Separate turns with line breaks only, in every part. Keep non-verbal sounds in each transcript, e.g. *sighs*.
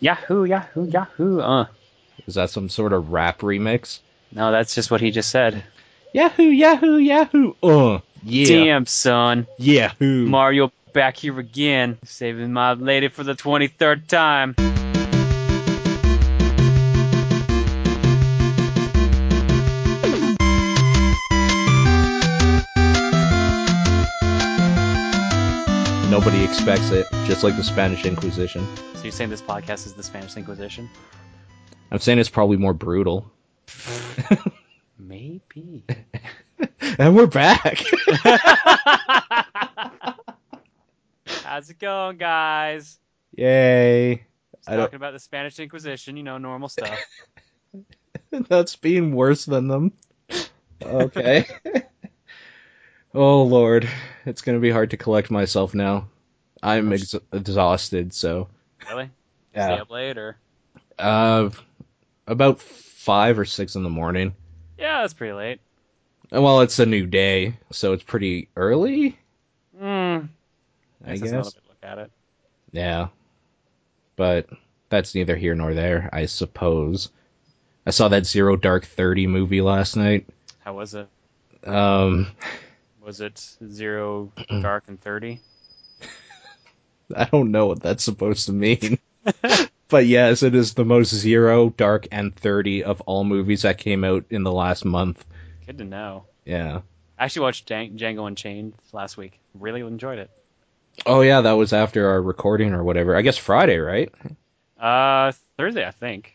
Yahoo, Yahoo, Yahoo. Uh,
Is that some sort of rap remix?
no, that's just what he just said.
Yahoo, Yahoo, Yahoo. Uh, yeah, Hmm.
Damn, son.
Yahoo.
Mario back here again, saving my lady for the 23rd time.
Nobody expects it, just like the Spanish Inquisition.
So you're saying this podcast is the Spanish Inquisition?
I'm saying it's probably more brutal.
Maybe.
*laughs* And we're *laughs* back.
*laughs* How's it going, guys?
Yay.
Just
I don't-
talking about the Spanish Inquisition, you know, normal
*laughs*
stuff.
That's being worse than them. *laughs* Okay. oh lord, it's gonna be hard to collect myself now. I'm ex- exhausted, so
really? Stay
yeah.
up late or?
Uh, about five or six in the morning.
Yeah, that's pretty late.
And, Well, it's a new day, so it's pretty early,
Mm,
I
that's another
guess.
way to look at it.
Yeah, but that's neither here nor there, I suppose. I saw that Zero Dark Thirty movie last night.
How was it?
Um, *laughs*
Was it zero dark and thirty?
I don't know what that's supposed to mean. *laughs* but yes, it is the most zero, dark, and 30 of all movies that came out in the last month.
Good to know.
Yeah.
I actually watched Dang- Django Unchained last week. Really enjoyed it.
Oh, yeah, that was after our recording or whatever. I guess Friday, right?
Uh, Thursday, I think.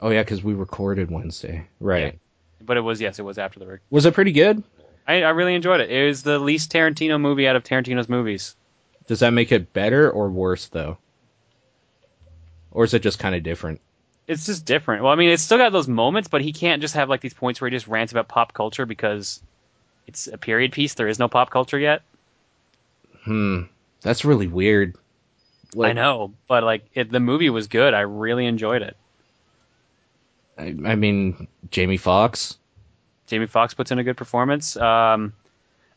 Oh, yeah, because we recorded Wednesday. Right.
But it was yes, it was after the. Rec-
Was it pretty good?
I, I really enjoyed it. It was the least Tarantino movie out of Tarantino's movies.
Does that make it better or worse, though? Or is it just kind of different?
It's just different. Well, I mean, it's still got those moments, but he can't just have like these points where he just rants about pop culture because it's a period piece. There is no pop culture yet.
Hmm. That's really weird.
I know, but like it, the movie was good. I really enjoyed it.
I, I mean, Jamie Foxx?
Jamie Foxx puts in a good performance. Um,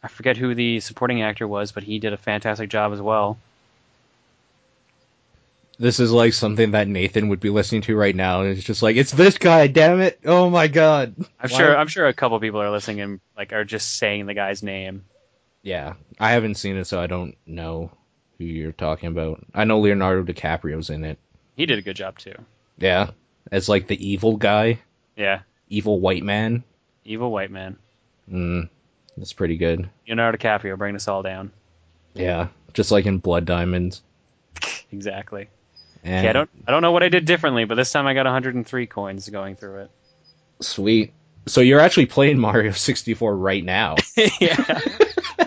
I forget who the supporting actor was, but he did a fantastic job as well.
this is like something that Nathan would be listening to right now, and it's just like, it's this guy, damn it! Oh my god!
I'm
Why-
sure. I'm sure a couple people are listening and like are just saying the guy's name.
Yeah, I haven't seen it, so I don't know who you're talking about. I know Leonardo DiCaprio's in it.
He did a good job too.
Yeah, as like the evil guy,
Yeah,
evil white man.
evil white man.
Mm, that's pretty good.
Leonardo DiCaprio bringing us all down.
Yeah, just like in Blood Diamonds.
Exactly.
And
Yeah, I don't. I don't know what I did differently, but this time I got 103 coins going through
sweet. So you're actually playing *laughs* Mario 64
*laughs*
right now.
it. yeah. *laughs*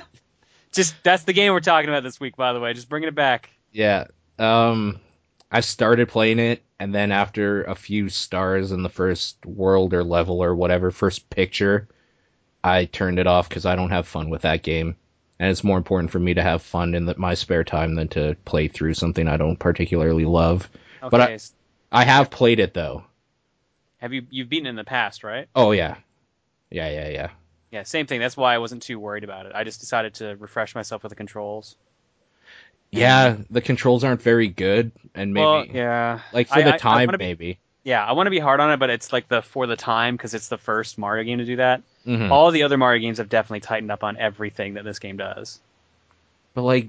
just that's the game we're talking about this week, by the way. Just bringing it back.
Yeah. Um I started playing it and then after a few stars in the first world or level or whatever first picture, I turned it off cuz I don't have fun with that game. And it's more important for me to have fun in the, my spare time than to play through something I don't particularly love.
Okay.
But I-
so
I have played it though.
have you you've beaten it in the past, right?
Oh yeah. Yeah, yeah, yeah.
Yeah, same thing. That's why I wasn't too worried about it. I just decided to refresh myself with the controls.
Yeah, the controls aren't very good and maybe
Well, yeah,
like for
I- I-
the
I
time
wanna be-
maybe.
yeah. I want to be hard on it, but it's like the for the time because it's the first Mario game to do that.
Mhm.
All the other Mario games have definitely tightened up on everything that this game does.
But like,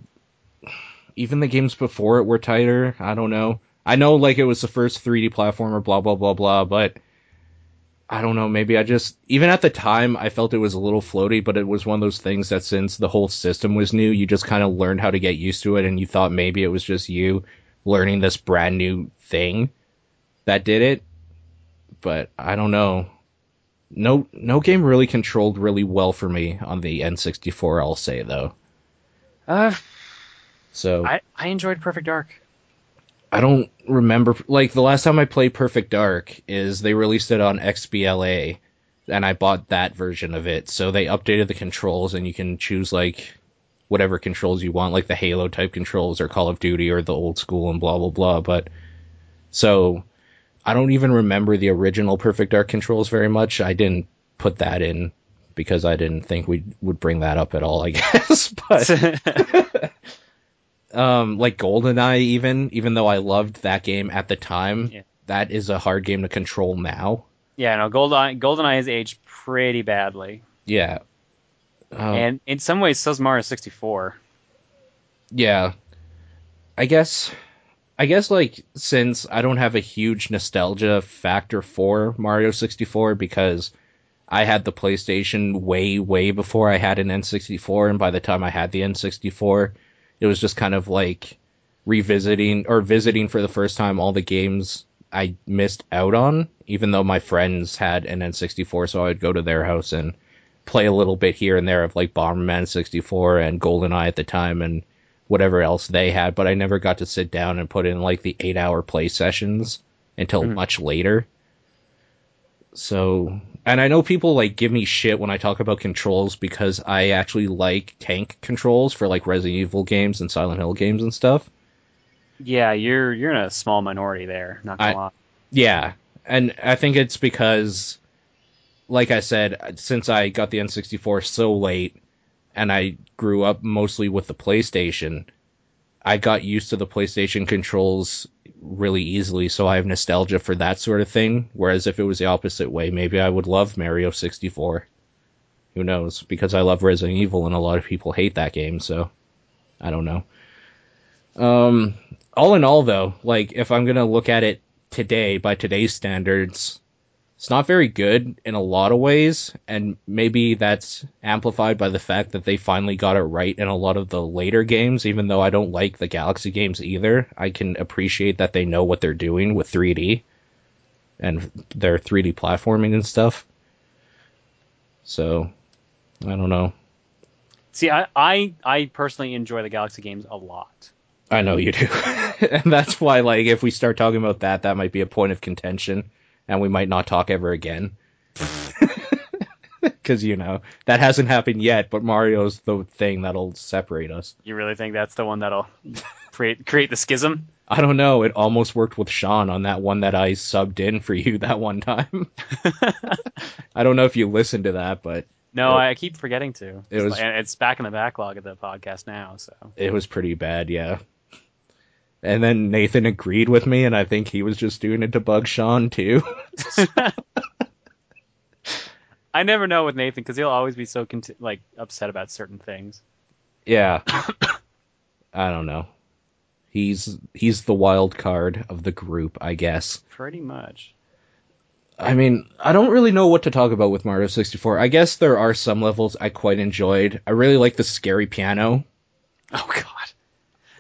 even the games before it were tighter. I don't know. I know like it was the first 3D platformer, blah blah blah blah. But I don't know. Maybe I just even at the time I felt it was a little floaty. But it was one of those things that since the whole system was new, you just kind of learned how to get used to it, and you thought maybe it was just you learning this brand new thing that did it. But I don't know. No, no game really controlled really well for me on the N64. I'll say though.
Uh,
So
I I enjoyed Perfect Dark.
*laughs* I don't remember. Like the last time I played Perfect Dark is they released it on XBLA, and I bought that version of it. So they updated the controls, and you can choose like whatever controls you want, like the Halo type controls or Call of Duty or the old school and blah blah blah. But so I don't even remember the original Perfect Dark controls very much. I didn't put that in because *laughs* I didn't think we would bring that up at all. I guess, but um, like Goldeneye, even even though I loved that game at the time,
Yeah.
that is a hard game to control now.
Yeah, no, Goldeneye, Goldeneye has aged pretty badly,
Yeah, Uh,
and in some ways, so's Mario 64.
yeah. I guess, I guess like since I don't have a huge nostalgia factor for Mario sixty four because I had the PlayStation way way before I had an N sixty four, and by the time I had the N sixty four, it was just kind of like revisiting or visiting for the first time all the games I missed out on, even though my friends had an N64, so I would go to their house and play a little bit here and there of like Bomberman 64 and GoldenEye at the time and whatever else they had, but I never got to sit down and put in like the eight hour play sessions until much later. So, and I know people like give me shit when I talk about controls because I actually like tank controls for like Resident Evil games and Silent Hill games and stuff.
Yeah, you're you're in a small minority there. Not gonna
I-
lie.
Yeah, and I think it's because, like I said, since I got the N64 so late, and I grew up mostly with the PlayStation, I got used to the PlayStation controls really easily, so I have nostalgia for that sort of thing. Whereas if it was the opposite way, maybe I would love Mario 64. Who knows? Because I love Resident Evil, and a lot of people hate that game, so I don't know. Um, all in all, though, like if I'm gonna look at it today by today's standards, it's not very good in a lot of ways, and maybe that's amplified by the fact that they finally got it right in a lot of the later games. Even though I don't like the Galaxy games either, I can appreciate that they know what they're doing with 3D and their 3D platforming and stuff. So, I don't know.
See, I, I I personally enjoy the Galaxy games a lot.
I know you do. *laughs* and that's why, like, if we start talking about that, that might be a point of contention, and we might not talk ever again. *laughs* Because, you know, that hasn't happened yet, but Mario's the thing that'll separate us.
You really think that's the one that'll *laughs* create create the schism?
I don't know. It almost worked with Sean on that one that I subbed in for you *laughs* that one time. I don't know if you listened to that, but
No,
Nope.
I keep forgetting to.
It was-
and it's back in the backlog of the podcast now. So
it was pretty bad, yeah. And then Nathan agreed with me, and I think he was just doing it to bug Sean, too.
I never know with Nathan because he'll always be so cont- like upset about certain things.
Yeah. *coughs* I don't know. He's he's the wild card of the group, I guess.
Pretty much.
I mean, I don't really know what to talk about with Mario 64. I guess there are some levels I quite enjoyed. I really like the scary piano.
*laughs* Oh God.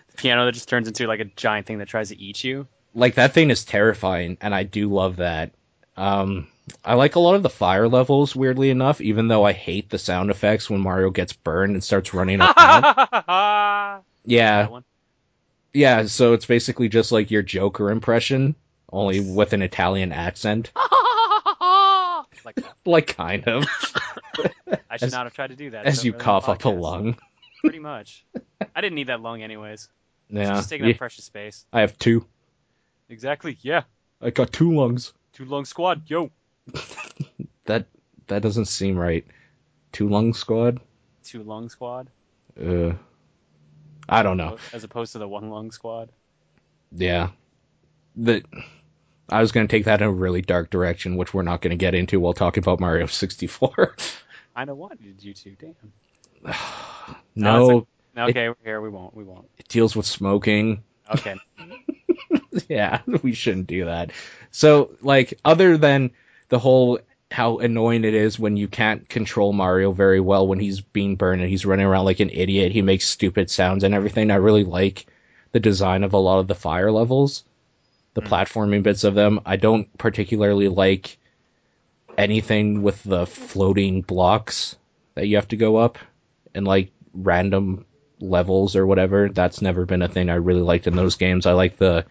The piano that just turns into like a giant thing that tries to eat *laughs* you.
Like that thing is terrifying and I do love that. Um I like a lot of the fire levels weirdly enough, even though I hate the sound effects when Mario gets burned and starts
*laughs*
running around. yeah.
That one.
Yeah, so it's basically just like your Joker impression, only with an Italian accent.
like that.
Like
*laughs*
kind of.
I should
As-
not have tried to do that.
as
Don't
you
ruin the
cough up a
podcast.
lung.
Pretty much. I didn't need that lung
*laughs*
anyways. It's
Yeah.
Just taking up
Yeah,
precious space.
I have two.
Exactly. Yeah.
I got two lungs.
Two lung squad. Yo.
That that doesn't seem right. Two lung squad?
Two lung squad
Uh I don't know.
as opposed to the one lung squad.
Yeah. The I was gonna take that in a really dark direction, which we're not gonna get into while talking about Mario sixty four. *laughs*
I know what did you two. Damn.
no,
that's Okay, we're here. We won't. We won't.
it deals with smoking.
Okay.
*laughs* yeah, we shouldn't do that. So, like, other than the whole how annoying it is when you can't control Mario very well when he's being burned and he's running around like an idiot, he makes stupid sounds and everything. I really like the design of a lot of the fire levels, the platforming bits of them. I don't particularly like anything with the floating blocks that you have to go up and like random levels or whatever. That's never been a thing I really liked in those games. I like the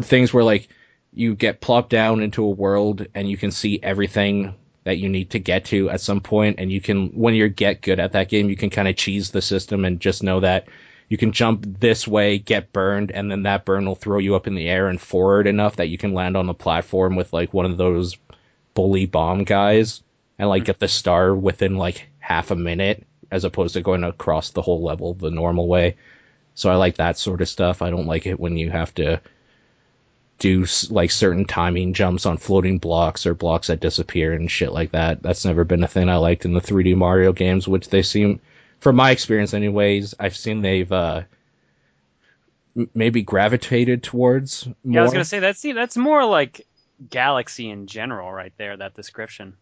things where like you get plopped down into a world and you can see everything that you need to get to at some point and you can when you get good at that game you can kind of cheese the system and just know that you can jump this way get burned and then that burn will throw you up in the air and forward enough that you can land on the platform with like one of those bully bomb guys and
Mm-hmm.
like get the star within like half a minute as opposed to going across the whole level the normal way So I like that sort of stuff. I don't like it when you have to do s- like certain timing jumps on floating blocks or blocks that disappear and shit like that. That's never been a thing I liked in the 3D Mario games, which they seem, from my experience, anyways, I've seen they've uh, m- maybe gravitated towards more.
Yeah, I was gonna say that's that's more like Galaxy in general, right there. That description.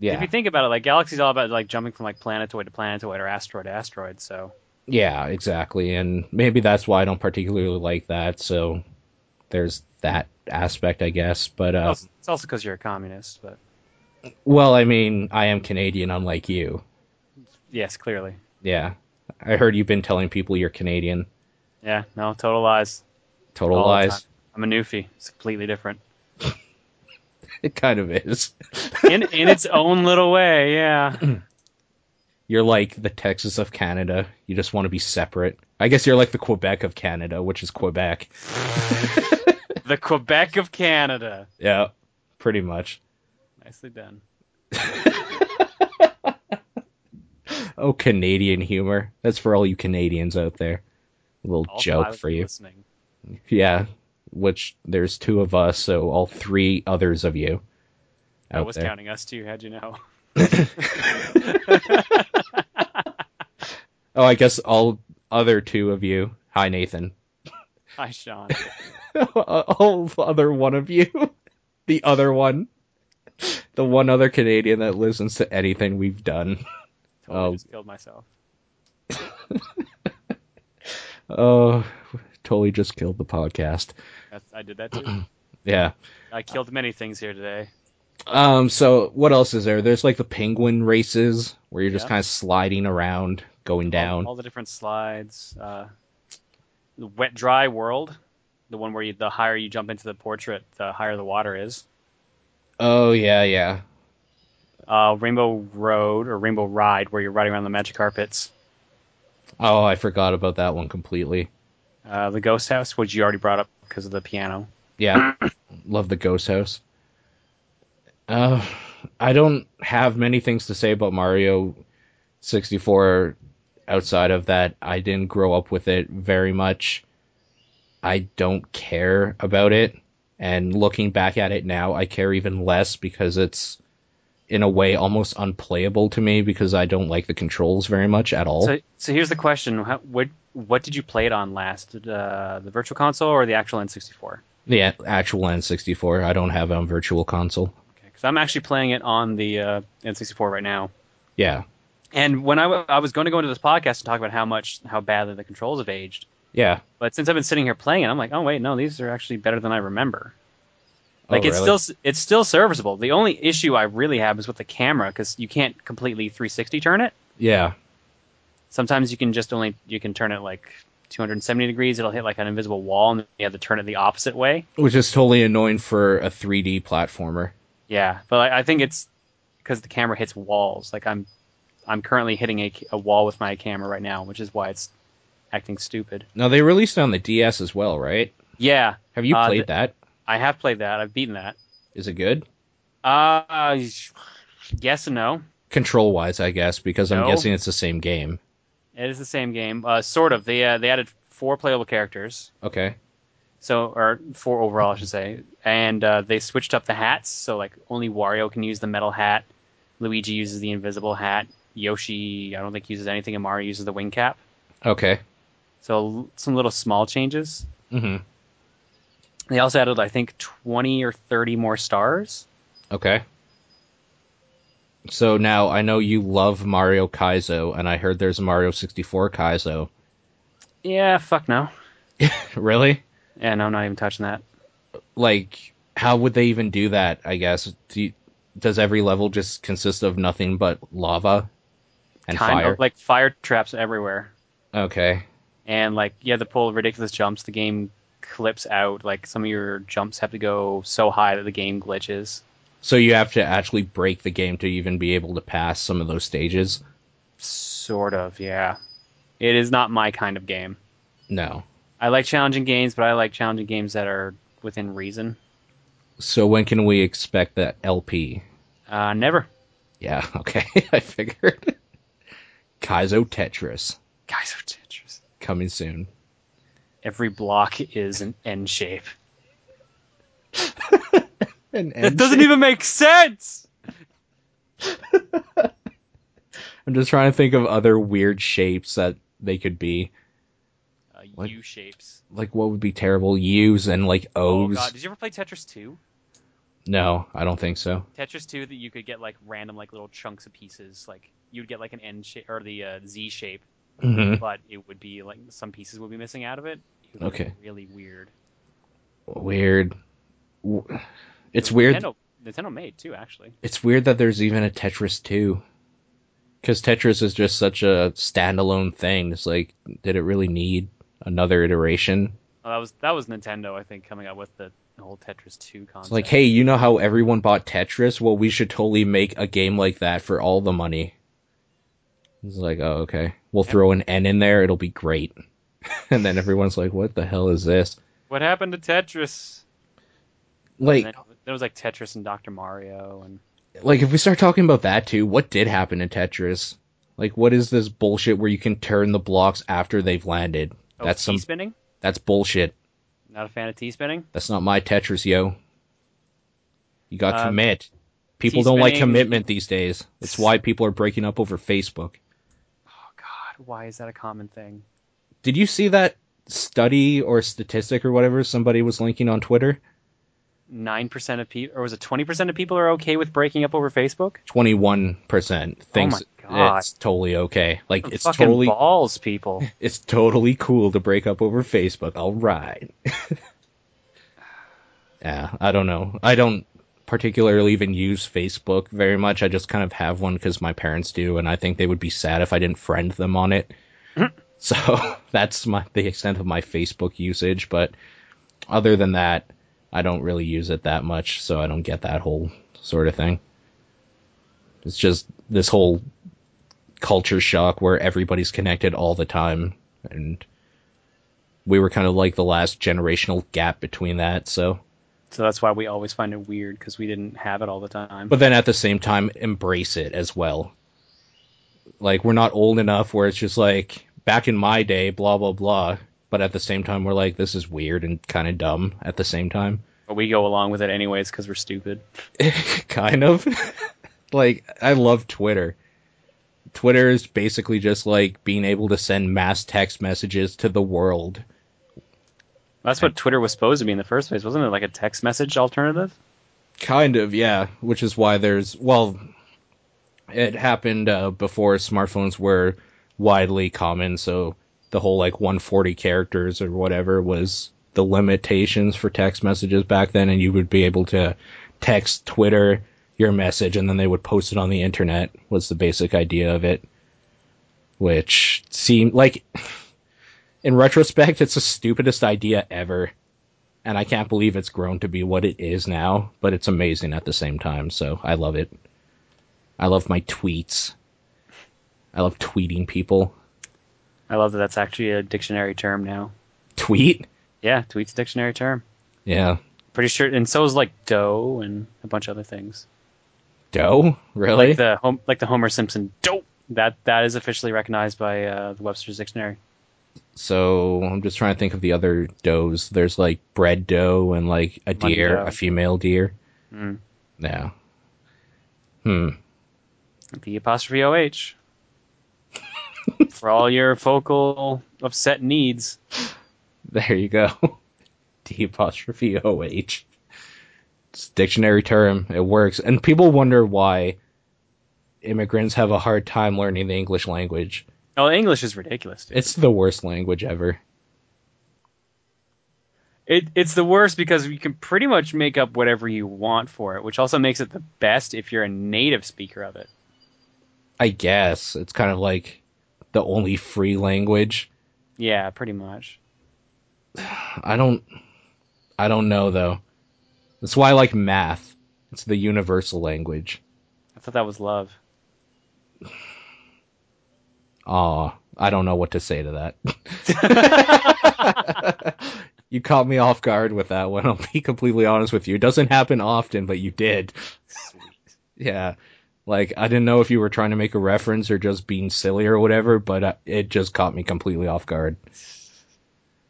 If
yeah,
you think about it, like Galaxy's all about like jumping from like planetoid to planetoid or asteroid to asteroid. So
yeah, exactly, and maybe that's why I don't particularly like that. So there's that aspect, I guess. But uh,
Also- it's also because you're a communist, but
well, I mean, I am Canadian, unlike you.
yes, clearly.
Yeah, I heard you've been telling people you're Canadian.
Yeah, no, total lies.
Total
All the
lies.
time. I'm a newfie. It's completely different.
*laughs* It kind of is.
In in its own little way,
*laughs*
yeah.
You're like the Texas of Canada. You just want to be separate. I guess you're like the Quebec of Canada, which is Quebec.
The Quebec of Canada.
Yeah, pretty much.
Nicely done.
Oh, Canadian humor. That's for all you Canadians out there. little
All
joke
five of
for you.
Listening.
Yeah, which there's two of us, so all three others of you
I
out
was
there.
counting us too. How'd you know? *laughs*
Oh, I guess all other two of you. Hi, Nathan. *laughs*
Hi, Sean.
all other one of you. *laughs* the other one. The one other Canadian that listens to anything we've done. *laughs*
Totally
Oh.
just killed myself.
Oh, totally just killed the podcast.
That's, I did that too.
Yeah.
I killed many things here today.
Um. So what else is there? There's like the penguin races where you're just
Yeah.
kind of sliding around, going
All-
down.
All, the different slides. Uh, the wet dry world, the one where you, the higher you jump into the portrait, the higher the water is.
Oh yeah, yeah.
Uh, Rainbow Road or Rainbow Ride, where you're riding around the magic carpets.
Oh, I forgot about that one completely.
Uh, the Ghost House, which you already brought up because of the piano. *clears throat*
Yeah, love the ghost house. Uh, I don't have many things to say about Mario 64 outside of that I didn't grow up with it very much. I don't care about it. And looking back at it now, I care even less because it's in a way almost unplayable to me because I don't like the controls very much at all.
So, so here's the question: How, what what did you play it on last? Did, uh, the Virtual Console or the actual N64?
the a- actual N64, I don't have it on Virtual Console.
Okay, because I'm actually playing it on the uh, N64 right now.
Yeah.
And when I wa- I was going to go into this podcast and talk about how much how badly the controls have aged,
Yeah.
but since I've been sitting here playing it, I'm like, oh wait, no, these are actually better than I remember.
Oh,
Like it's
really?
still s- it's still serviceable. The only issue I really have is with the camera because you can't completely 360 turn it.
Yeah.
Sometimes you can just only you can turn it like 270 degrees. It'll hit like an invisible wall, and then you have to turn it the opposite way.
which is totally annoying for a 3D platformer.
Yeah, but I, I think it's because the camera hits walls. Like I'm, I'm currently hitting a, a wall with my camera right now, which is why it's acting stupid.
Now they released it on the DS as well, right?
Yeah,
Have you
Uh,
played
th-
that?
I have played that. I've beaten that.
Is it good?
Uh, yes and no.
Control wise, I guess, because I'm
No.
guessing it's the same game.
It is the same game, uh, sort of. They uh, they added four playable characters,
Okay.
so or four overall, I should say, and uh, they switched up the hats. So like only Wario can use the metal hat, Luigi uses the invisible hat, Yoshi I don't think uses anything, and Mario uses the wing cap.
Okay.
So l- some little small changes.
hmm
They also added, I think, 20 or 30 more stars.
Okay. So now I know you love Mario Kaizo, and I heard there's a Mario 64 Kaizo. *laughs*
Yeah, fuck no.
really?
Yeah, no, I'm not even touching that.
Like, how would they even do that? I guess. Do you, does every level just consist of nothing but lava and
kind
fire?
of like fire traps everywhere,
okay.
and like you have to pull ridiculous jumps. The game clips out. Like some of your jumps have to go so high that the game glitches.
So you have to actually break the game to even be able to pass some of those stages?
Sort of, yeah. It is not my kind of game.
No.
I like challenging games, but I like challenging games that are within reason.
So when can we expect that LP?
Uh, never.
Yeah, *laughs* okay. I figured. Kaizo Tetris.
Guys are dangerous.
coming soon.
Every block is an N shape.
And,
That doesn't even make sense.
I'm just trying to think of other weird shapes that they could be.
Uh,
What?
U shapes.
Like what would be terrible? U's and like
Oh
O's.
god, did you ever play Tetris 2?
no, I don't think so.
Tetris 2 that you could get like random like little chunks of pieces. Like you'd get like an N shape or the uh, Z shape,
*laughs* hmm
but it would be like some pieces would be missing out of it. It would be
Okay.
Really weird.
Weird. W- It's
It was
weird.
Nintendo, Nintendo made too, actually.
It's weird that there's even a Tetris 2. Because Tetris is just such a standalone thing. It's like, did it really need another iteration?
Oh, that was that was Nintendo, I think, coming up with the whole Tetris 2 concept.
It's like, hey, you know how everyone bought Tetris? Well, we should totally make a game like that for all the money. It's like, oh, okay. We'll throw an N in there. It'll be great. *laughs* and then everyone's like, what the hell is this?
what happened to Tetris?
Like,
And then there was like Tetris and Dr. Mario and
like if we start talking about that too, what did happen in Tetris? Like, what is this bullshit where you can turn the blocks after they've landed?
oh,
That's some.
spinning.
That's bullshit.
Not a fan of T spinning.
That's not my Tetris, yo. You got to
Uh,
commit. People don't like
T-spinning-
commitment these days. It's why people are breaking up over Facebook.
Oh god, why is that a common thing?
Did you see that study or statistic or whatever somebody was linking on Twitter?
Nine percent of people, or was it twenty percent of people are okay with breaking up over Facebook?
21% thinks
Oh God.
it's totally okay. Like it's
fucking
totally
balls,
*laughs*
people.
it's totally cool to break up over Facebook. All right. yeah, I don't know. I don't particularly even use Facebook very much. I just kind of have one because my parents do, and I think they would be sad if I didn't friend them on it. *laughs* so that's my the extent of my Facebook usage. But other than that, I don't really use it that much, so I don't get that whole sort of thing. It's just this whole culture shock where everybody's connected all the time and we were kind of like the last generational gap between that so
so that's why we always find it weird because we didn't have it all the time.
but then at the same time embrace it as well like we're not old enough where it's just like back in my day blah blah blah but at the same time we're like this is weird and kind of dumb at the same time *laughs*
but we go along with it anyways because we're stupid.
kind of *laughs* like i love twitter twitter is basically just like being able to send mass text messages to the world
That's what Twitter was supposed to be in the first place, wasn't it? Like a text message alternative.
Kind of, yeah. Which is why there's well, it happened uh, before smartphones were widely common, so the whole like 140 characters or whatever was the limitations for text messages back then, and you would be able to text Twitter your message, and then they would post it on the internet. Was the basic idea of it, which seemed like. *sighs* In retrospect, it's the stupidest idea ever and I can't believe it's grown to be what it is now, but it's amazing at the same time, so I love it. I love my tweets. I love tweeting people.
I love that. That's actually a dictionary term now.
Tweet?
Yeah, tweet's a dictionary term.
Yeah.
Pretty sure, and so is like dough and a bunch of other things.
Doe? Really?
Like the home, like the Homer Simpson dope. That that is officially recognized by uh, the Webster's Dictionary.
so I'm just trying to think of the other does. There's like bread doe and like a
Money
deer,
doe.
a female deer.
Mm.
Yeah. Hmm.
The apostrophe
*laughs*
OH. For all your focal upset needs.
*laughs* There you go. D apostrophe O H. It's a dictionary term. It works. And people wonder why immigrants have a hard time learning the English language.
Oh, English is ridiculous. Dude.
It's the worst language ever.
It, it's the worst because you can pretty much make up whatever you want for it, which also makes it the best if you're a native speaker of it.
I guess it's kind of like the only free language.
Yeah, pretty much.
I don't I don't know though. That's why I like math. It's the universal language.
I thought that was love.
Aw, I don't know what to say to
*laughs*
that. *laughs* you caught me off guard with that one. I'll be completely honest with you. It doesn't happen often, but you did. Yeah. Like I didn't know if you were trying to make a reference or just being silly or whatever, but uh, it just caught me completely off guard.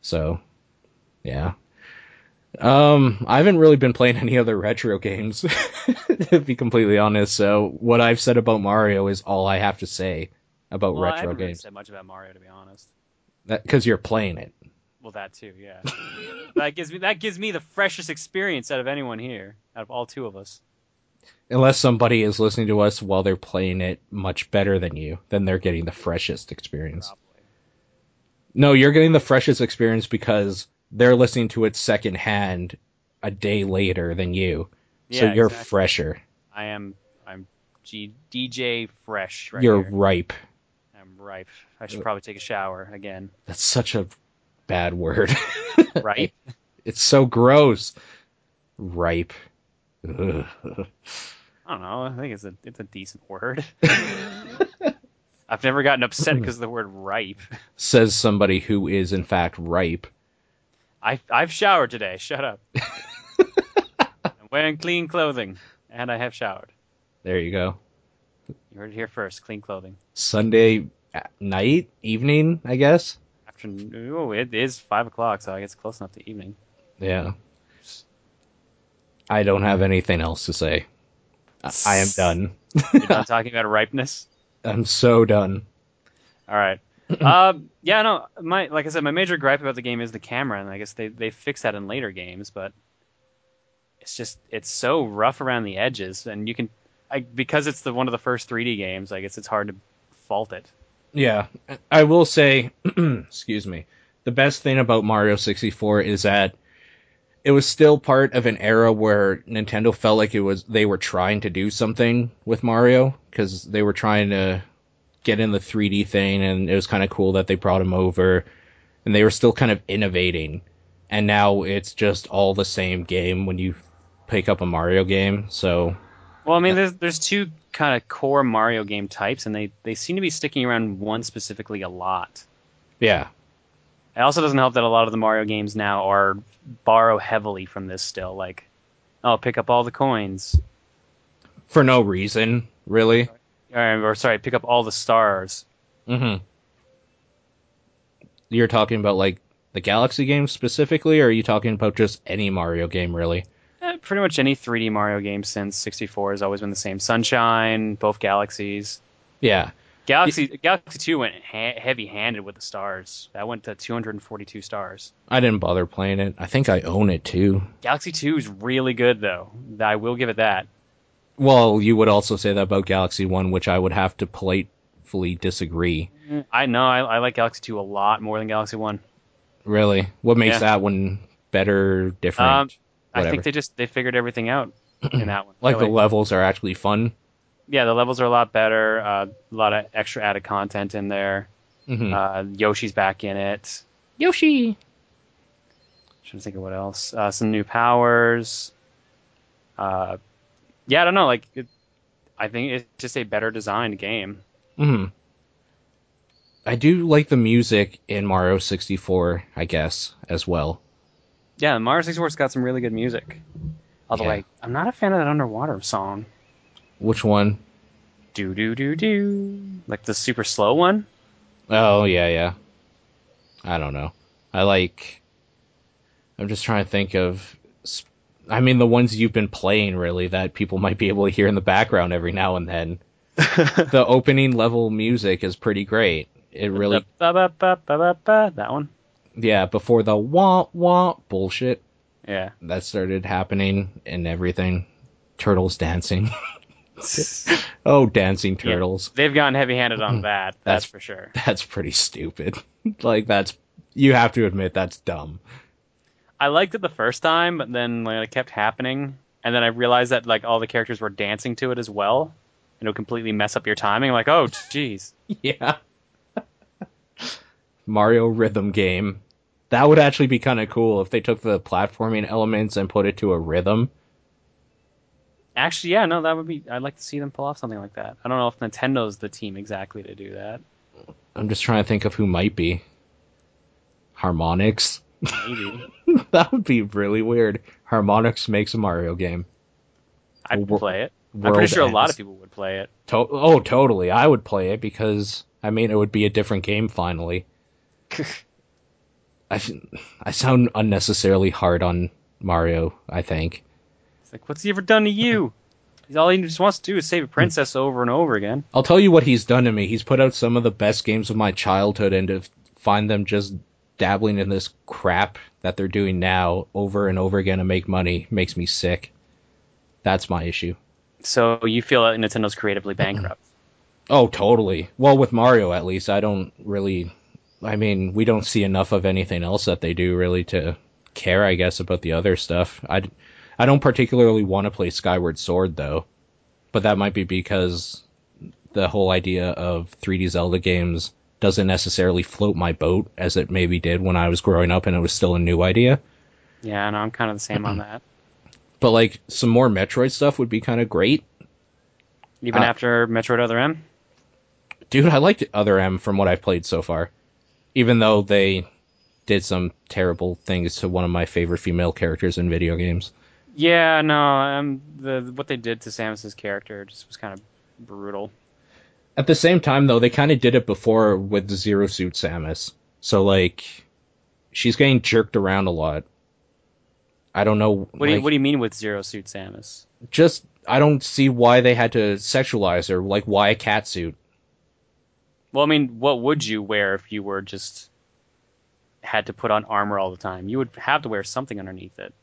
So, yeah. Um, I haven't really been playing any other retro games, *laughs* to be completely honest. So what I've said about Mario is all I have to say about
Well, I
retro
haven't really
games.
said much about Mario to be honest.
Because you're playing it.
Well, that too, yeah. *laughs* that gives me that gives me the freshest experience out of anyone here, out of all two of us.
unless somebody is listening to us while they're playing it much better than you, then they're getting the freshest experience.
Probably.
No, you're getting the freshest experience because they're listening to it secondhand a day later than you. so
Yeah,
you're
exactly.
fresher.
I am. I'm G- DJ Fresh right
you're
here.
ripe.
I'm ripe. I should probably take a shower
*laughs*
again.
That's such a bad word. *laughs*
Right?
it's so gross. Ripe. *laughs*
I
Ugh.
don't know. I think it's a it's a decent
*laughs*
word. I've never gotten upset because of the word ripe.
Says somebody who is in fact ripe.
I I've showered today. Shut up. I'm wearing clean clothing, and I have showered.
There you go.
You heard it here first. Clean clothing.
Sunday at- night, evening, I guess.
Afternoon. Oh, it is five o'clock, so I guess close enough to evening.
Yeah. I don't have anything else to say. I, I am done.
You're not talking about ripeness.
I'm so done.
All right. um, yeah, no. My like I said, my major gripe about the game is the camera, and I guess they they fix that in later games, but it's just it's so rough around the edges, and you can I, because it's the one of the first 3D games. I guess it's hard to fault it.
Yeah. I will say, *clears throat* excuse me, the best thing about Mario 64 is that it was still part of an era where Nintendo felt like it was they were trying to do something with Mario cuz they were trying to get in the 3D thing and it was kind of cool that they brought him over and they were still kind of innovating. And now it's just all the same game when you pick up a Mario game. So
Well, I mean, there's there's two kind of core Mario game types, and they they seem to be sticking around one specifically a lot.
yeah,
It also doesn't help that a lot of the Mario games now are borrow heavily from this still. Like, oh, pick up all the coins,
for no reason really.
or, or sorry, pick up all the stars.
Mm-hmm. You're talking about like the Galaxy game specifically, or are you talking about just any Mario game really?
Eh, pretty much any 3D Mario game since 64 has always been the same. Sunshine, both galaxies.
Yeah,
Galaxy Galaxy 2 went ha- heavy-handed with the stars. That went to 242 stars.
I didn't bother playing it. I think I own it too.
Galaxy 2 is really good though. I will give it that.
Well, you would also say that about Galaxy One, which I would have to politely disagree.
I know I, I like Galaxy 2 a lot more than Galaxy 1.
Really, what makes
Yeah.
that one better, different?
Um, I
Whatever.
think they just they figured everything
*clears throat*
out in that one.
like the
Really.
levels are actually fun.
yeah, the levels are a lot better. Uh, a lot of extra added content in there.
hmm
Uh, Yoshi's back in it.
Yoshi.
trying to think of what else. Uh, some new powers. Uh, yeah, I don't know. Like, it, I think it's just a better designed game.
Hmm. I do like the music in Mario 64, I guess, as well.
Yeah, Mario 64's got some really good music. Although,
Yeah.
like, I'm not a fan of that underwater song.
Which one?
Do do do do. Like the super slow one.
Oh yeah, yeah. I don't know. I like. I'm just trying to think of. s- I mean, the ones you've been playing really that people might be able to hear in the background every now and then. the opening level music is pretty great. It really,
Ba, ba, ba, ba, ba, ba, that one.
yeah. Before the wah wah bullshit *laughs*
Yeah.
that started happening and everything, turtles dancing. *laughs* oh, dancing turtles.
They've gotten heavy handed on that. That's,
Hmm. That's-
for sure.
That's pretty stupid. *laughs* like that's you have to admit that's dumb.
I liked it the first time, but then like, it kept happening, and then I realized that like all the characters were dancing to it as well, and it would completely mess up your timing. I'm like, oh, jeez.
*laughs* Yeah. Mario rhythm game. That would actually be kind of cool if they took the platforming elements and put it to a rhythm.
Actually, yeah, no, that would be. I'd like to see them pull off something like that. I don't know if Nintendo's the team exactly to do that.
I'm just trying to think of who might be. Harmonix? *laughs*
Maybe
that would be really weird. Harmonix makes a Mario game.
I'd
Well,
play it.
world
I'm pretty sure a lot
ends.
of people would play it.
To- oh, totally. I would play it because I mean it would be a different game finally. I s- I sound unnecessarily hard on Mario. I think.
It's like, what's he ever done to you? He's all he just wants to do is save a
Hmm.
princess over and over again.
I'll tell you what he's done to me. He's put out some of the best games of my childhood, and to f- find them just dabbling in this crap that they're doing now over and over again to make money makes me sick. That's my issue.
So you feel that Nintendo's creatively
Hmm.
bankrupt.
Oh, totally. Well, with Mario, at least, I don't really. I mean, we don't see enough of anything else that they do really to care, I guess, about the other stuff. I, I don't particularly want to play Skyward Sword, though. But that might be because the whole idea of 3D Zelda games doesn't necessarily float my boat as it maybe did when I was growing up and it was still a new idea.
yeah, and no, I'm kind of the same on *clears throat* that.
But, like, some more Metroid stuff would be kind of great.
Even
Uh,
after Metroid Other M,
dude, I liked Other M from what I've played so far, even though they did some terrible things to one of my favorite female characters in video games.
yeah, no, um, the what they did to Samus's character just was kind of brutal.
At the same time, though, they kind of did it before with Zero Suit Samus, so like, she's getting jerked around a lot. I don't know.
What do you
like,
What do you mean with Zero Suit Samus?
just I don't see why they had to sexualize her. Like, why a cat suit?
Well, I mean, what would you wear if you were just had to put on armor all the time? You would have to wear something underneath it.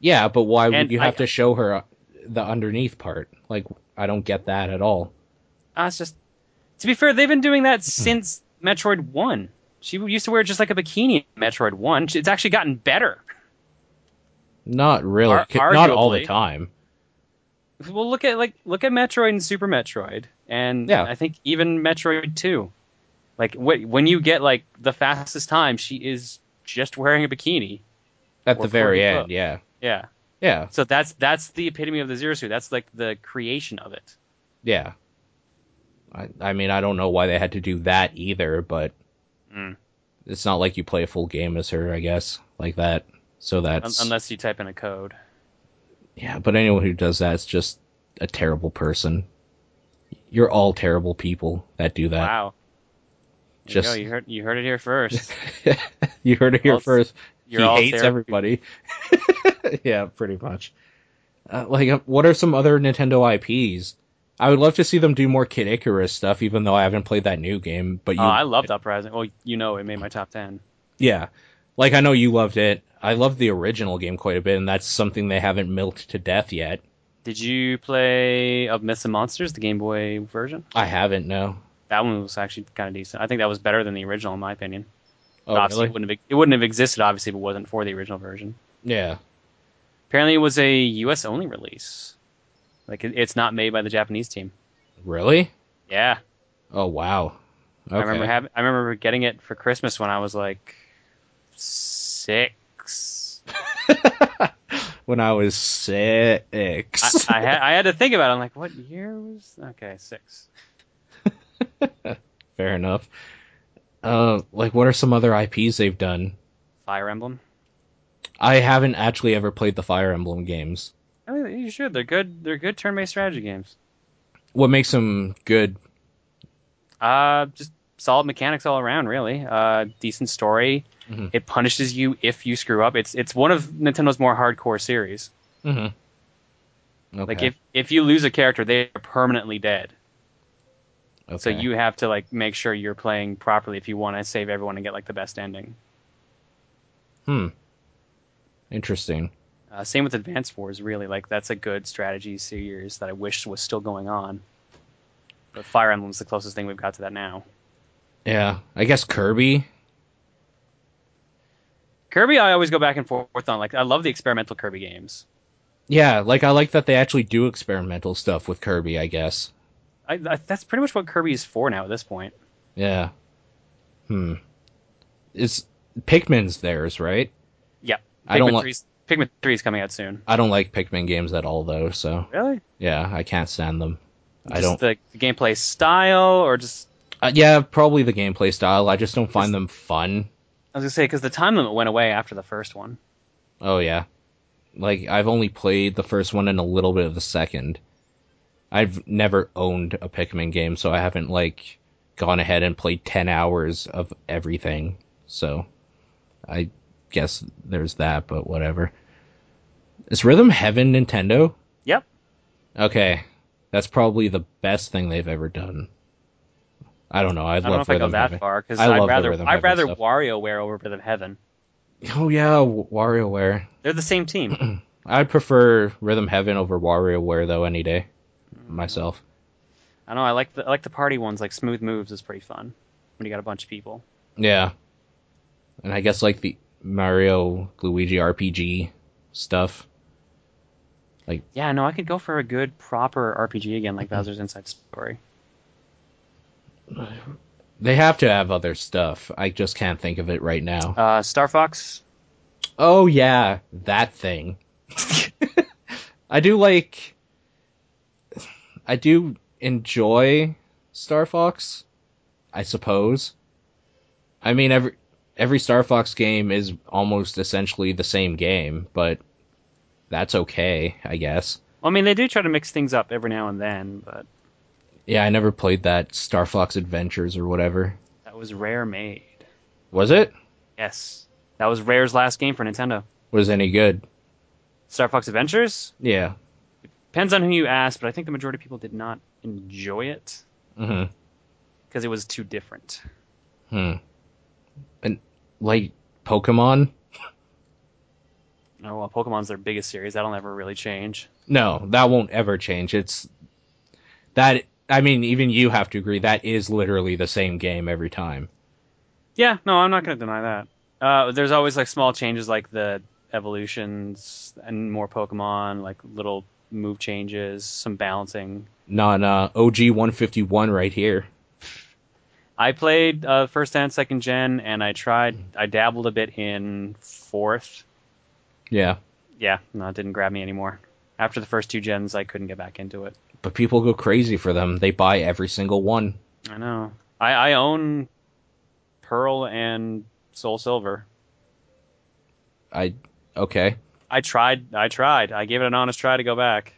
Yeah, but why
And
would you
I-
have to show her uh, the underneath part? Like, I don't get that at all.
Uh, it's just to be fair, they've been doing *clears throat* that since Metroid One. She used to wear just like a bikini in Metroid One. It's actually gotten better. *laughs*
Not really.
Ar-
Not all the
arguably.
time.
Well, look at like look at Metroid and Super Metroid, and
Yeah.
I think even Metroid Two. Like wh- when you get like the fastest time, she is just wearing a bikini.
At
Or
the very
40
end,
club.
yeah.
Yeah.
Yeah,
So that's that's the epitome of the zero suit. That's like the creation of it.
yeah. I, I mean, I don't know why they had to do that either, but
Mm.
it's not like you play a full game as her, I guess, like that. So
Un-
that's.
unless you type in a code.
yeah, but anyone who does that is just a terrible person. You're all terrible people that do that.
Wow. There
Just-
you, go. you heard you heard it here first.
*laughs* you heard it here
All-
first.
You're
he
all
hates
terrible.
everybody. *laughs* yeah, pretty much. Uh, like, uh, what are some other Nintendo IPs? I would love to see them do more Kid Icarus stuff, even though I haven't played that new game. But you,
Oh, I loved Uprising. Well, you know, it made my top ten.
yeah, like I know you loved it. I loved the original game quite a bit, and that's something they haven't milked to death yet.
Did you play of Myths and Monsters, the Game Boy version?
I haven't. No.
That one was actually kind of decent. I think that was better than the original, in my opinion.
Oh,
obviously,
really?
it wouldn't have it wouldn't have existed obviously if it wasn't for the original version.
Yeah.
Apparently, it was a U.S. only release. Like it, it's not made by the Japanese team.
Really?
Yeah,
Oh wow. Okay.
I remember having I remember getting it for Christmas when I was like six.
when I was six.
I, I had I had to think about. it. I'm like, what year was? Okay, six.
*laughs* Fair enough. Uh, like, what are some other IPs they've done?
Fire Emblem.
I haven't actually ever played the Fire Emblem games.
I mean, you should. They're good. They're good turn-based strategy games.
What makes them good?
Uh, just solid mechanics all around, really. Uh, decent story.
Mhm.
It punishes you if you screw up. It's it's one of Nintendo's more hardcore series.
Mm-hmm. Okay.
Mm-hmm. Like if if you lose a character, they're permanently dead.
okay.
So you have to like make sure you're playing properly if you want to save everyone and get like the best ending.
hmm. Interesting.
Uh, same with Advance Wars, really. Like that's a good strategy series that I wish was still going on. But Fire Emblem's the closest thing we've got to that now.
Yeah, I guess Kirby.
Kirby, I always go back and forth on. Like I love the experimental Kirby games.
Yeah, like I like that they actually do experimental stuff with Kirby. I guess.
I, I, that's pretty much what Kirby is for now at this point.
Yeah. Hmm. Is Pikmin's theirs, right?
Yeah.
I don't
Pikmin
like-
3's Pikmin three is coming out soon.
I don't like Pikmin games at all, though. So
Really?
yeah, I can't stand them. I
Just
don't.
The, the gameplay style, or just
uh, yeah, probably the gameplay style. I just don't find them fun.
I was gonna say because the time limit went away after the first one.
Oh yeah. Like I've only played the first one and a little bit of the second. I've never owned a Pikmin game, so I haven't like gone ahead and played 10 hours of everything. So I guess there's that, but whatever. Is Rhythm Heaven Nintendo?
Yep.
Okay. That's probably the best thing they've ever done. I don't know. i
I don't know
love
if I go
Rhythm
that
Heaven.
far because
I
I'd
love the
rather
Rhythm
I'd
Heaven
rather
stuff.
WarioWare over Rhythm Heaven.
Oh yeah, W- WarioWare.
They're the same
*clears throat*
team.
I'd prefer Rhythm Heaven over WarioWare though any day. Myself.
I know. I like the I like the party ones. Like Smooth Moves is pretty fun when you got a bunch of people.
Yeah. And I guess like the Mario Luigi RPG stuff.
Yeah, no, I could go for a good proper RPG again,
*clears throat*
like Bowser's Inside Story.
They have to have other stuff. I just can't think of it right now.
Uh, Star Fox.
Oh yeah, that *laughs* thing. I do like I do enjoy Star Fox, I suppose. I mean every every Star Fox game is almost essentially the same game, but that's okay, I guess.
Well, I mean, they do try to mix things up every now and then, but
Yeah, I never played that Star Fox Adventures or whatever.
that was Rare made.
Was it?
Yes, that was Rare's last game for Nintendo.
Was any good?
Star Fox Adventures
Yeah.
depends on who you ask, but I think the majority of people did not enjoy it
Mhm.
because it was too different.
Hmm. And like Pokemon?
Oh well, Pokemon's their biggest series. That'll never really change.
No, that won't ever change. It's that. I mean, even you have to agree that is literally the same game every time.
Yeah, no, I'm not going to deny that. Uh, there's always like small changes, like the evolutions and more Pokemon, like little move changes, some balancing.
Not uh, OG 151 right here.
I played uh, first and second gen, and I tried, I dabbled a bit in fourth.
Yeah,
Yeah, no, it didn't grab me anymore. After the first two gens, I couldn't get back into it.
but people go crazy for them. They buy every single one.
I know. I, I own Pearl and Soul Silver.
I okay,
I tried. I tried. I gave it an honest try to go back.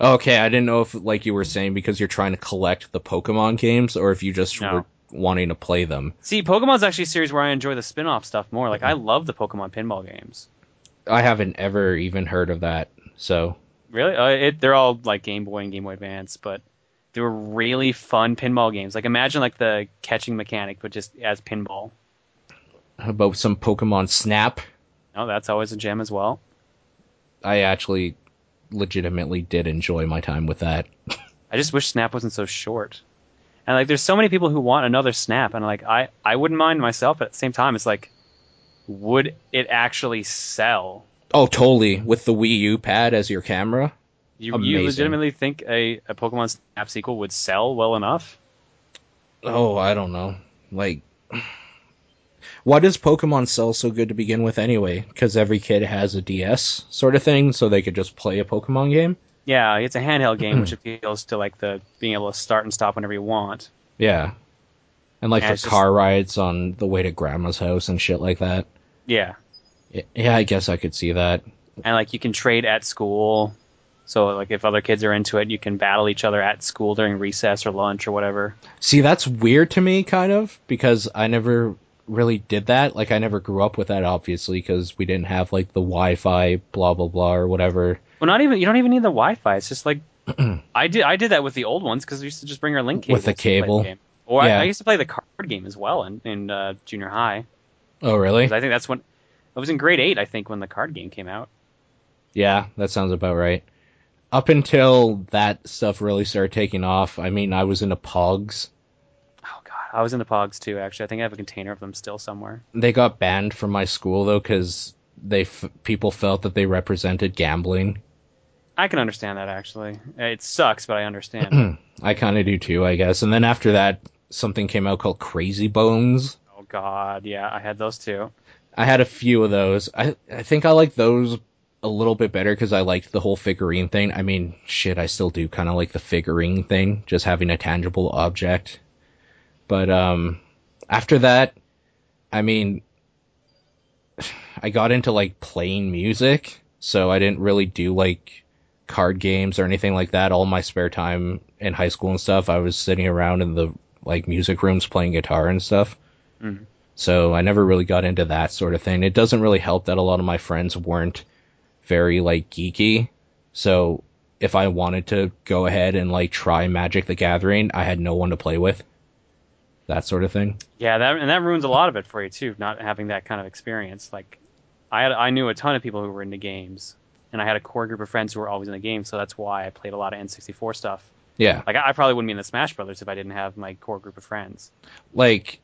okay. I didn't know if like you were saying because you're trying to collect the Pokemon games or if you just
No.
were wanting to play them.
See, Pokemon's actually a series where I enjoy the spin-off stuff more. Like I love the Pokemon pinball games.
I haven't ever even heard of that. So
Really, uh, it, they're all like Game Boy and Game Boy Advance, but they were really fun pinball games. Like imagine like the catching mechanic, but just as pinball.
how about some Pokemon Snap.
Oh, that's always a gem as well.
I actually legitimately did enjoy my time with that.
I just wish Snap wasn't so short. And like, there's so many people who want another Snap, and like, I I wouldn't mind myself. But at the same time, it's like, would it actually sell?
Oh, totally. With the Wii U pad as your camera?
You, you
Amazing.
legitimately think a, a Pokemon Snap sequel would sell well enough?
Oh, I don't know. Like, why does Pokemon sell so good to begin with anyway? Because every kid has a DS sort of thing, so they could just play a Pokemon game?
Yeah, it's a handheld game,
*clears throat*
which appeals to like the being able to start and stop whenever you want.
Yeah. And like
Yeah,
for
it's just-
car rides on the way to grandma's house and shit like that.
Yeah,
Y- Yeah, I guess I could see that.
and like you can trade at school, so like if other kids are into it, you can battle each other at school during recess or lunch or whatever.
See, that's weird to me, kind of, because I never really did that. Like, I never grew up with that, obviously, because we didn't have, like, the Wi Fi, blah, blah, blah, or whatever.
Well, not even you don't even need the Wi-Fi. It's
*clears throat*
just like I did I did that with the old ones because we used to just bring our link cables
With the
to play
cable.
game. Or
Yeah.
I, I used to play the card game as well in, in uh, junior high.
Oh, really?
'Cause I think that's when I was in grade eight. I think when the card game came out.
Yeah, that sounds about right. Up until that stuff really started taking off, I mean, I was into Pogs.
Oh god, I was in the Pogs too. Actually, I think I have a container of them still somewhere.
They got banned from my school, though, because they f- people felt that they represented gambling.
I can understand that actually. It sucks, but I understand.
I kind of do too, I guess. And then after that, something came out called Crazy Bones.
oh god, yeah, I had those too.
I had a few of those. I I think I like those a little bit better because I liked the whole figurine thing. I mean, shit, I still do kind of like the figurine thing, just having a tangible object. But um, after that, I mean, I got into like playing music, so I didn't really do like card games or anything like that. All my spare time in high school and stuff, I was sitting around in the like music rooms playing guitar and stuff.
Mhm.
So I never really got into that sort of thing. It doesn't really help that a lot of my friends weren't very like geeky. So if I wanted to go ahead and like try Magic the Gathering, I had no one to play with. That sort of thing.
Yeah, that and that ruins a lot of it for you too. Not having that kind of experience, like I had, I knew a ton of people who were into games, and I had a core group of friends who were always into games. So that's why I played a lot of N64 stuff.
Yeah.
Like I, I probably wouldn't be in the Smash Brothers if I didn't have my core group of friends.
like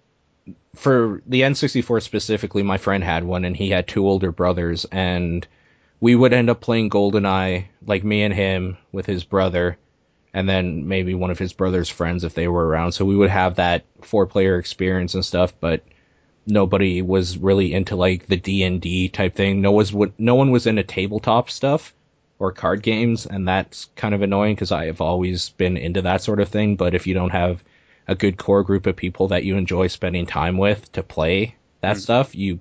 for the N64 specifically, my friend had one and he had two older brothers and we would end up playing GoldenEye, like me and him with his brother and then maybe one of his brother's friends if they were around. So we would have that four player experience and stuff, but nobody was really into like the D&D type thing. No was what no one was into tabletop stuff or card games and that's kind of annoying cuz I have always been into that sort of thing, but if you don't have a good core group of people that you enjoy spending time with to play that stuff, you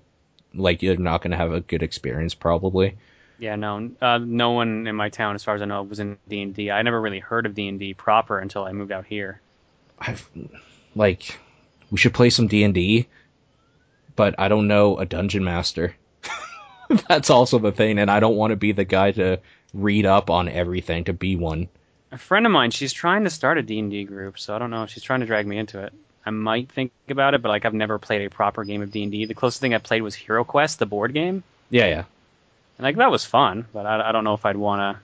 like you're not going to have a good experience probably.
Yeah, no, uh, no one in my town, as far as I know, was in D and D. I never really heard of D and D proper until I moved out here.
I've like we should play some D&D, but I don't know a dungeon master. *laughs* That's also the thing and I don't want to be the guy to read up on everything to be one.
A friend of mine, she's trying to start a D and D group, so I don't know if she's trying to drag me into it. I might think about it, but like I've never played a proper game of D and D. The closest thing I played was Hero Quest, the board game,
Yeah, yeah.
and like that was fun, but I, I don't know if I'd want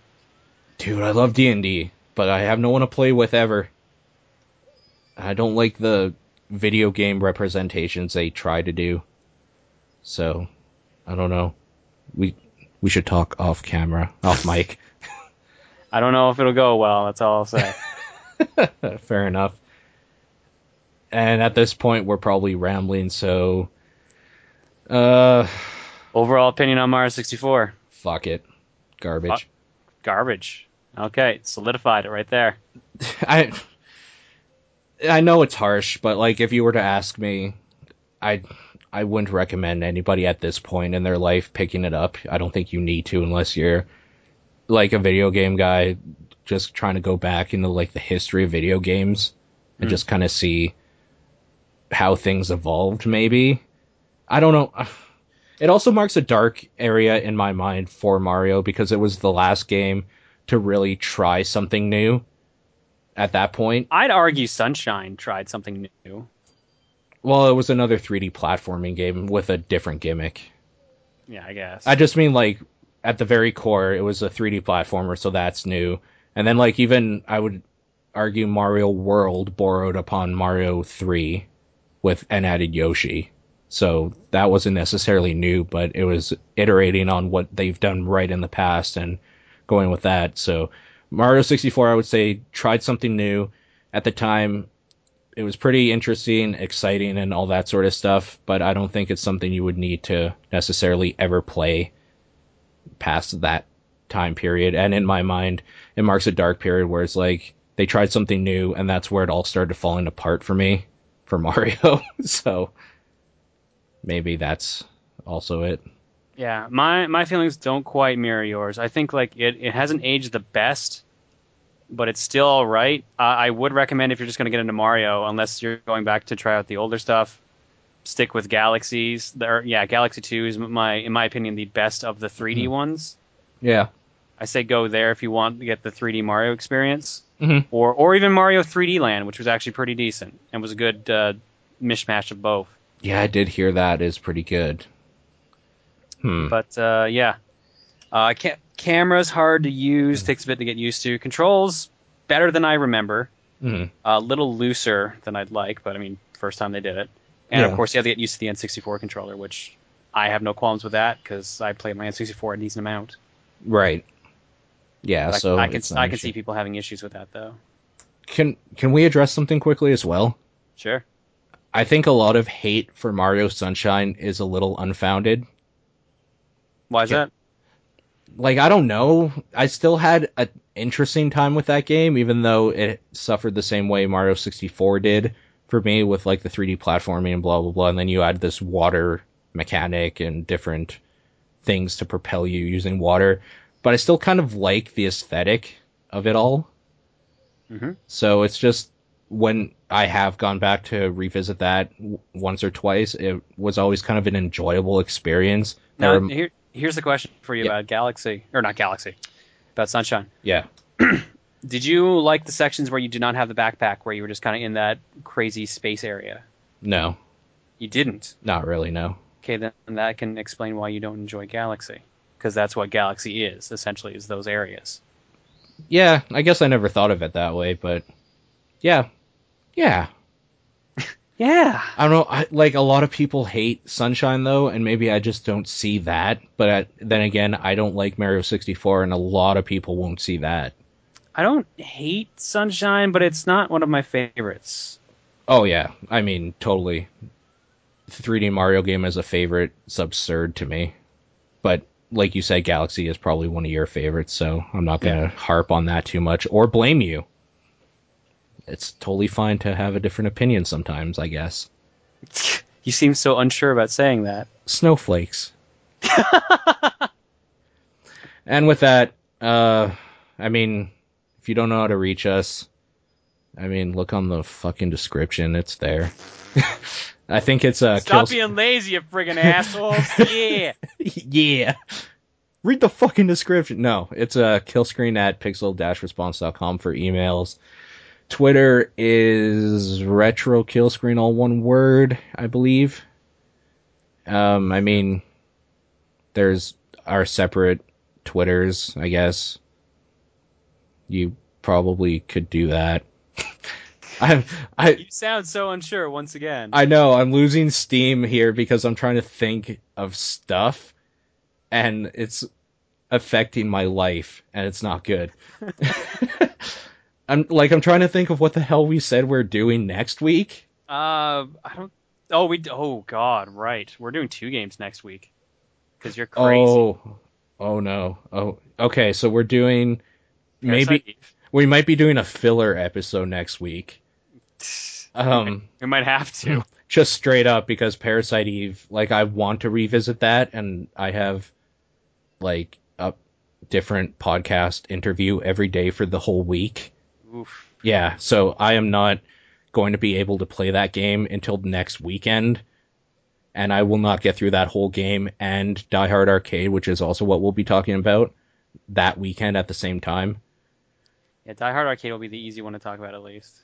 to.
Dude, I love D&D, but I have no one to play with ever. I don't like the video game representations they try to do. So, I don't know. We we should talk off camera, off *laughs* mic.
I don't know if it'll go well. That's all I'll say.
Fair enough. And at this point, we're probably rambling, so uh
Overall opinion on Mario 64,
fuck it. Garbage.
Fuck. garbage. Okay, solidified it right there.
I I know it's harsh, but like if you were to ask me, I I wouldn't recommend anybody at this point in their life picking it up. I don't think you need to unless you're like a video game guy just trying to go back into like the history of video games and just kind of see how things evolved maybe. I don't know. It also marks a dark area in my mind for Mario because it was the last game to really try something new at that point.
I'd argue Sunshine tried something new.
Well, it was another 3D platforming game with a different gimmick.
Yeah, I guess.
I just mean like at the very core, it was a 3D platformer, so that's new. And then like even I would argue Mario World borrowed upon Mario 3 with an added Yoshi. So that wasn't necessarily new, but it was iterating on what they've done right in the past and going with that. So Mario 64, I would say, tried something new. At the time, it was pretty interesting, exciting, and all that sort of stuff. But I don't think it's something you would need to necessarily ever play past that time period. And in my mind, it marks a dark period where it's like they tried something new, and that's where it all started falling apart for me for *laughs* Mario. so maybe that's also it.
Yeah, my my feelings don't quite mirror yours. I think like it, it hasn't aged the best, but it's still all right. Uh, I would recommend if you're just going to get into Mario, unless you're going back to try out the older stuff, stick with Galaxies. There, yeah, Galaxy Two is my in my opinion the best of the 3D ones.
Yeah.
I say go there if you want to get the 3D Mario experience,
Mhm.
or or even Mario 3D Land, which was actually pretty decent and was a good uh, mishmash of both.
Yeah, I did hear that is pretty good. Hmm.
But uh, yeah, uh, ca- camera's hard to use.
Hmm.
Takes a bit to get used to. Controls better than I remember.
Mhm.
A little looser than I'd like, but I mean, first time they did it. And
Yeah.
of course, you have to get used to the N64 controller, which I have no qualms with that because I play my N64 a decent amount.
Right. Yeah,
But I-
so
I, can
it's not
I
an
can
issue.
see people having issues with that though.
Can can we address something quickly as well?
Sure.
I think a lot of hate for Mario Sunshine is a little unfounded.
Why is
Yeah.
that?
Like I don't know, I still had an interesting time with that game even though it suffered the same way Mario 64 did for me with like the 3D platforming and blah blah blah and then you add this water mechanic and different things to propel you using water. but I still kind of like the aesthetic of it all.
Mhm.
So it's just when I have gone back to revisit that w- once or twice, it was always kind of an enjoyable experience. That
Now,
rem-
here, here's the question for you
Yeah.
about Galaxy, or not Galaxy, about Sunshine.
yeah.
Did you like the sections where you did not have the backpack, where you were just kind of in that crazy space area?
No,
You didn't.
not really. No.
Okay, then that can explain why you don't enjoy Galaxy, because that's what Galaxy is essentially is those areas.
Yeah, I guess I never thought of it that way, but yeah, yeah.
Yeah.
I don't know. I, like a lot of people hate Sunshine though, and maybe I just don't see that. But I, then again, I don't like Mario 64, and a lot of people won't see that.
I don't hate Sunshine, but it's not one of my favorites. *laughs*
Oh yeah, I mean totally. 3D Mario game as a favorite is absurd to me, but like you said, Galaxy is probably one of your favorites, so I'm not gonna harp on that too much or blame you. It's totally fine to have a different opinion sometimes, I guess.
You seem so unsure about saying that.
snowflakes. *laughs* and with that, uh, I mean, if you don't know how to reach us, I mean, look on the fucking description. It's there. *laughs* I think it's uh,
Stop
Kills-
being lazy, you friggin'
*laughs*
assholes. Yeah.
yeah. Read the fucking description. No, it's a uh, kill screen at pixel-response.com for emails. Twitter is retro kill screen, all one word, I believe. Um, I mean, there's our separate Twitters, I guess. You probably could do that. *laughs* I, I,
You sound so unsure once again.
I know I'm losing steam here because I'm trying to think of stuff, and it's affecting my life, and it's not good.
*laughs*
I'm like I'm trying to think of what the hell we said we're doing next week.
Uh, I don't. Oh, we. Oh God, right. We're doing two games next week because you're crazy.
Oh, oh no. Oh, okay. So we're doing
Parasite
maybe
Eve.
we might be doing a filler episode next week. Um,
we might have to.
just straight up because Parasite Eve, like I want to revisit that, and I have like a different podcast interview every day for the whole week.
Oof.
Yeah, so I am not going to be able to play that game until next weekend, and I will not get through that whole game and Die Hard Arcade, which is also what we'll be talking about that weekend at the same time.
Yeah, Die Hard Arcade will be the easy one to talk about at least.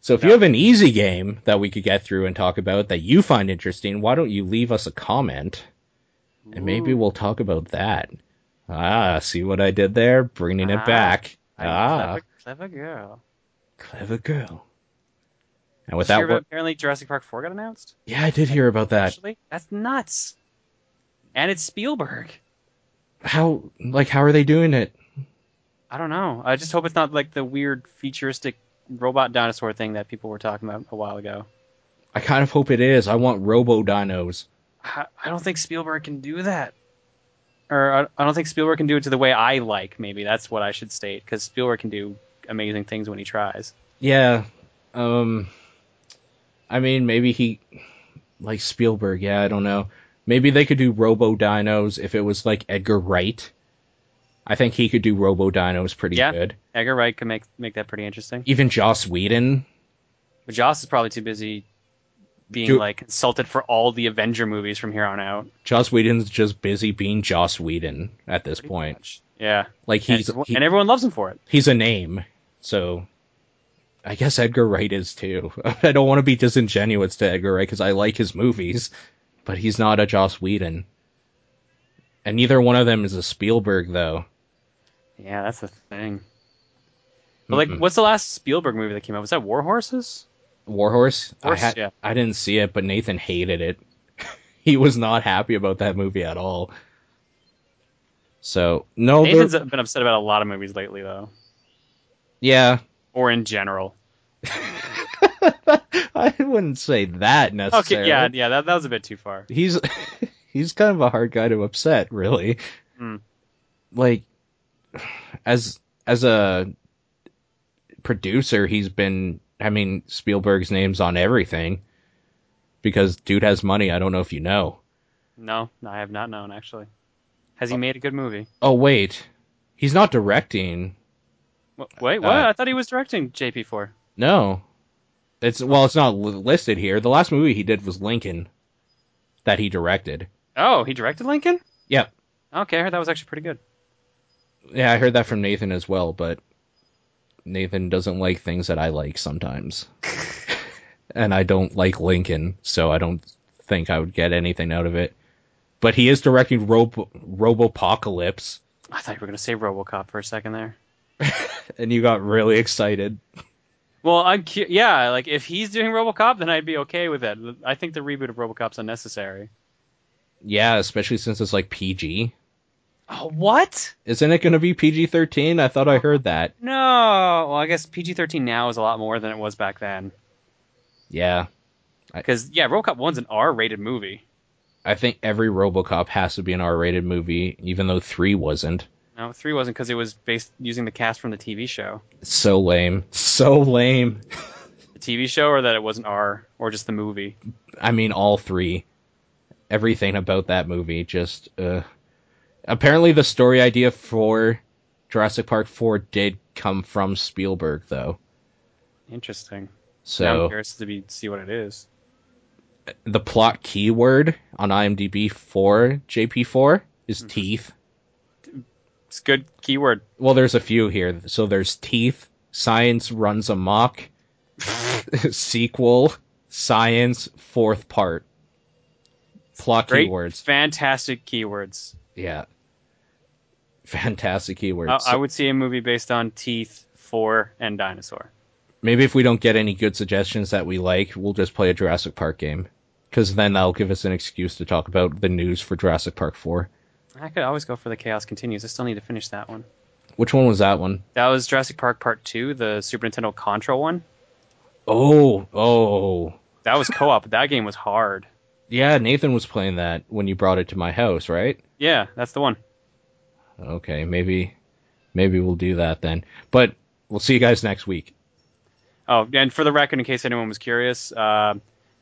So if you have an easy game that we could get through and talk about that you find interesting, why don't you leave us a comment? And maybe
Ooh.
we'll talk about that. Ah, see what I did there? Bringing it
Ah,
back.
I'm
ah,
clever, clever girl.
clever. girl. And with
Did you
that,
hear about-
wor-
apparently Jurassic Park Four got announced.
yeah, I did hear about that.
Actually, that's nuts. And it's Spielberg.
How, like, how are they doing it?
I don't know. I just hope it's not like the weird futuristic robot dinosaur thing that people were talking about a while ago.
I kind of hope it is. I want Robo Dinos.
I I don't think Spielberg can do that. Or I- I don't think Spielberg can do it to the way I like. Maybe that's what I should state because Spielberg can do amazing things when he tries.
Yeah. Um. I mean, maybe he, like Spielberg. Yeah, I don't know. Maybe they could do Robo Dinos if it was like Edgar Wright. I think he could do Robo Dinos pretty
Yeah.
good.
Edgar Wright can make make that pretty interesting.
Even Joss Whedon.
But Joss is probably too busy being
Do-
like consulted for all the Avenger movies from here on out.
Joss Whedon's just busy being Joss Whedon at this
Pretty
point.
much. Yeah,
Like he's
and,
he-
and everyone loves him for it.
he's a name, so I guess Edgar Wright is too. *laughs* I don't want to be disingenuous to Edgar Wright because I like his movies, but he's not a Joss Whedon, and neither one of them is a Spielberg though.
Yeah, that's the thing. But like,
Mhm.
what's the last Spielberg movie that came out? Was that War Horses?
Warhorse,
Horse,
I had
yeah.
I didn't see it, but Nathan hated it. *laughs* he was not happy about that movie at all. So no, there-
Nathan's been upset about a lot of movies lately, though,
yeah,
or in general.
*laughs* I wouldn't say that
Okay,
necessarily.
yeah, yeah, that, that was a bit too far.
he's *laughs* he's kind of a hard guy to upset, really.
Mm.
Like as as a producer, he's been I mean Spielberg's name's on everything because dude has money. I don't know if you know. Uh,
No, I have not known actually. Has he made a good movie?
Oh wait, He's not directing.
Wh- Wait, what?
uh,
I thought he was directing JP4.
No, it's well, it's not li- listed here. The last movie he did was Lincoln, that he directed.
Oh, he directed Lincoln?
Yep.
Okay, I heard that was actually pretty good.
Yeah, I heard that from Nathan as well, but Nathan doesn't like things that I like *laughs* sometimes. and I don't like Lincoln, so I don't think I would get anything out of it. But he is directing Robo Robopocalypse,
I thought you were going to say RoboCop for a second there.
*laughs* and you got really excited.
Well, I'm cu- yeah, like if he's doing RoboCop, then I'd be okay with it. I think the reboot of RoboCop's unnecessary.
Yeah, especially since it's like PG.
Oh, what?
Isn't it going to be PG 13? I thought I heard that.
No. Well, I guess PG-13 now is a lot more than it was back then.
Yeah.
Because yeah, RoboCop one's an R-rated movie.
I think every Robocop has to be an R rated movie, even though 3 wasn't.
No, three wasn't because it was based using the cast from the TV show.
So lame. So lame.
The TV show, or that it wasn't R, or just the movie.
I mean, all three. Everything about that movie just. Uh... Apparently, the story idea for Jurassic Park 4 did come from Spielberg, though.
Interesting. now I'm
So
curious to be see what it is.
the plot keyword on IMDb for JP4 is
Mm-hmm.
teeth.
It's a good keyword.
Well, there's a few here. So there's teeth, science runs amok, *laughs* sequel, science, fourth part. Plot
Great,
keywords.
fantastic keywords.
Yeah. Fantastic keywords.
I, I would see a movie based on teeth, four, and dinosaur.
Maybe if we don't get any good suggestions that we like, we'll just play a Jurassic Park game. Because then that'll give us an excuse to talk about the news for Jurassic Park 4.
I could always go for the chaos continues. I still need to finish that one.
Which one was that one?
That was Jurassic Park Part Two, the Super Nintendo Contra one.
Oh, oh.
That was co-op. but that game was hard.
Yeah, Nathan was playing that when you brought it to my house, right?
Yeah, that's the one.
Okay, maybe maybe we'll do that then. But we'll see you guys next week.
Oh, and for the record, in case anyone was curious, uh,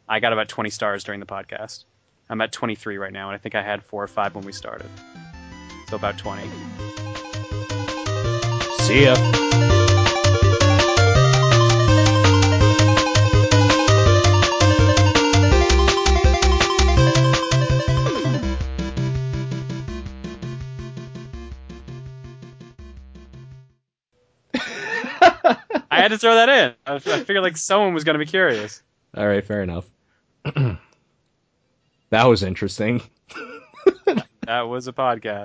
I got about 20 stars during the podcast. I'm at 23 right now, and I think I had four or five when we started. So about 20.
See ya.
I had to throw that in. I, I figured like someone was going to be curious.
All right, fair enough. *clears throat* that was interesting.
That was a podcast.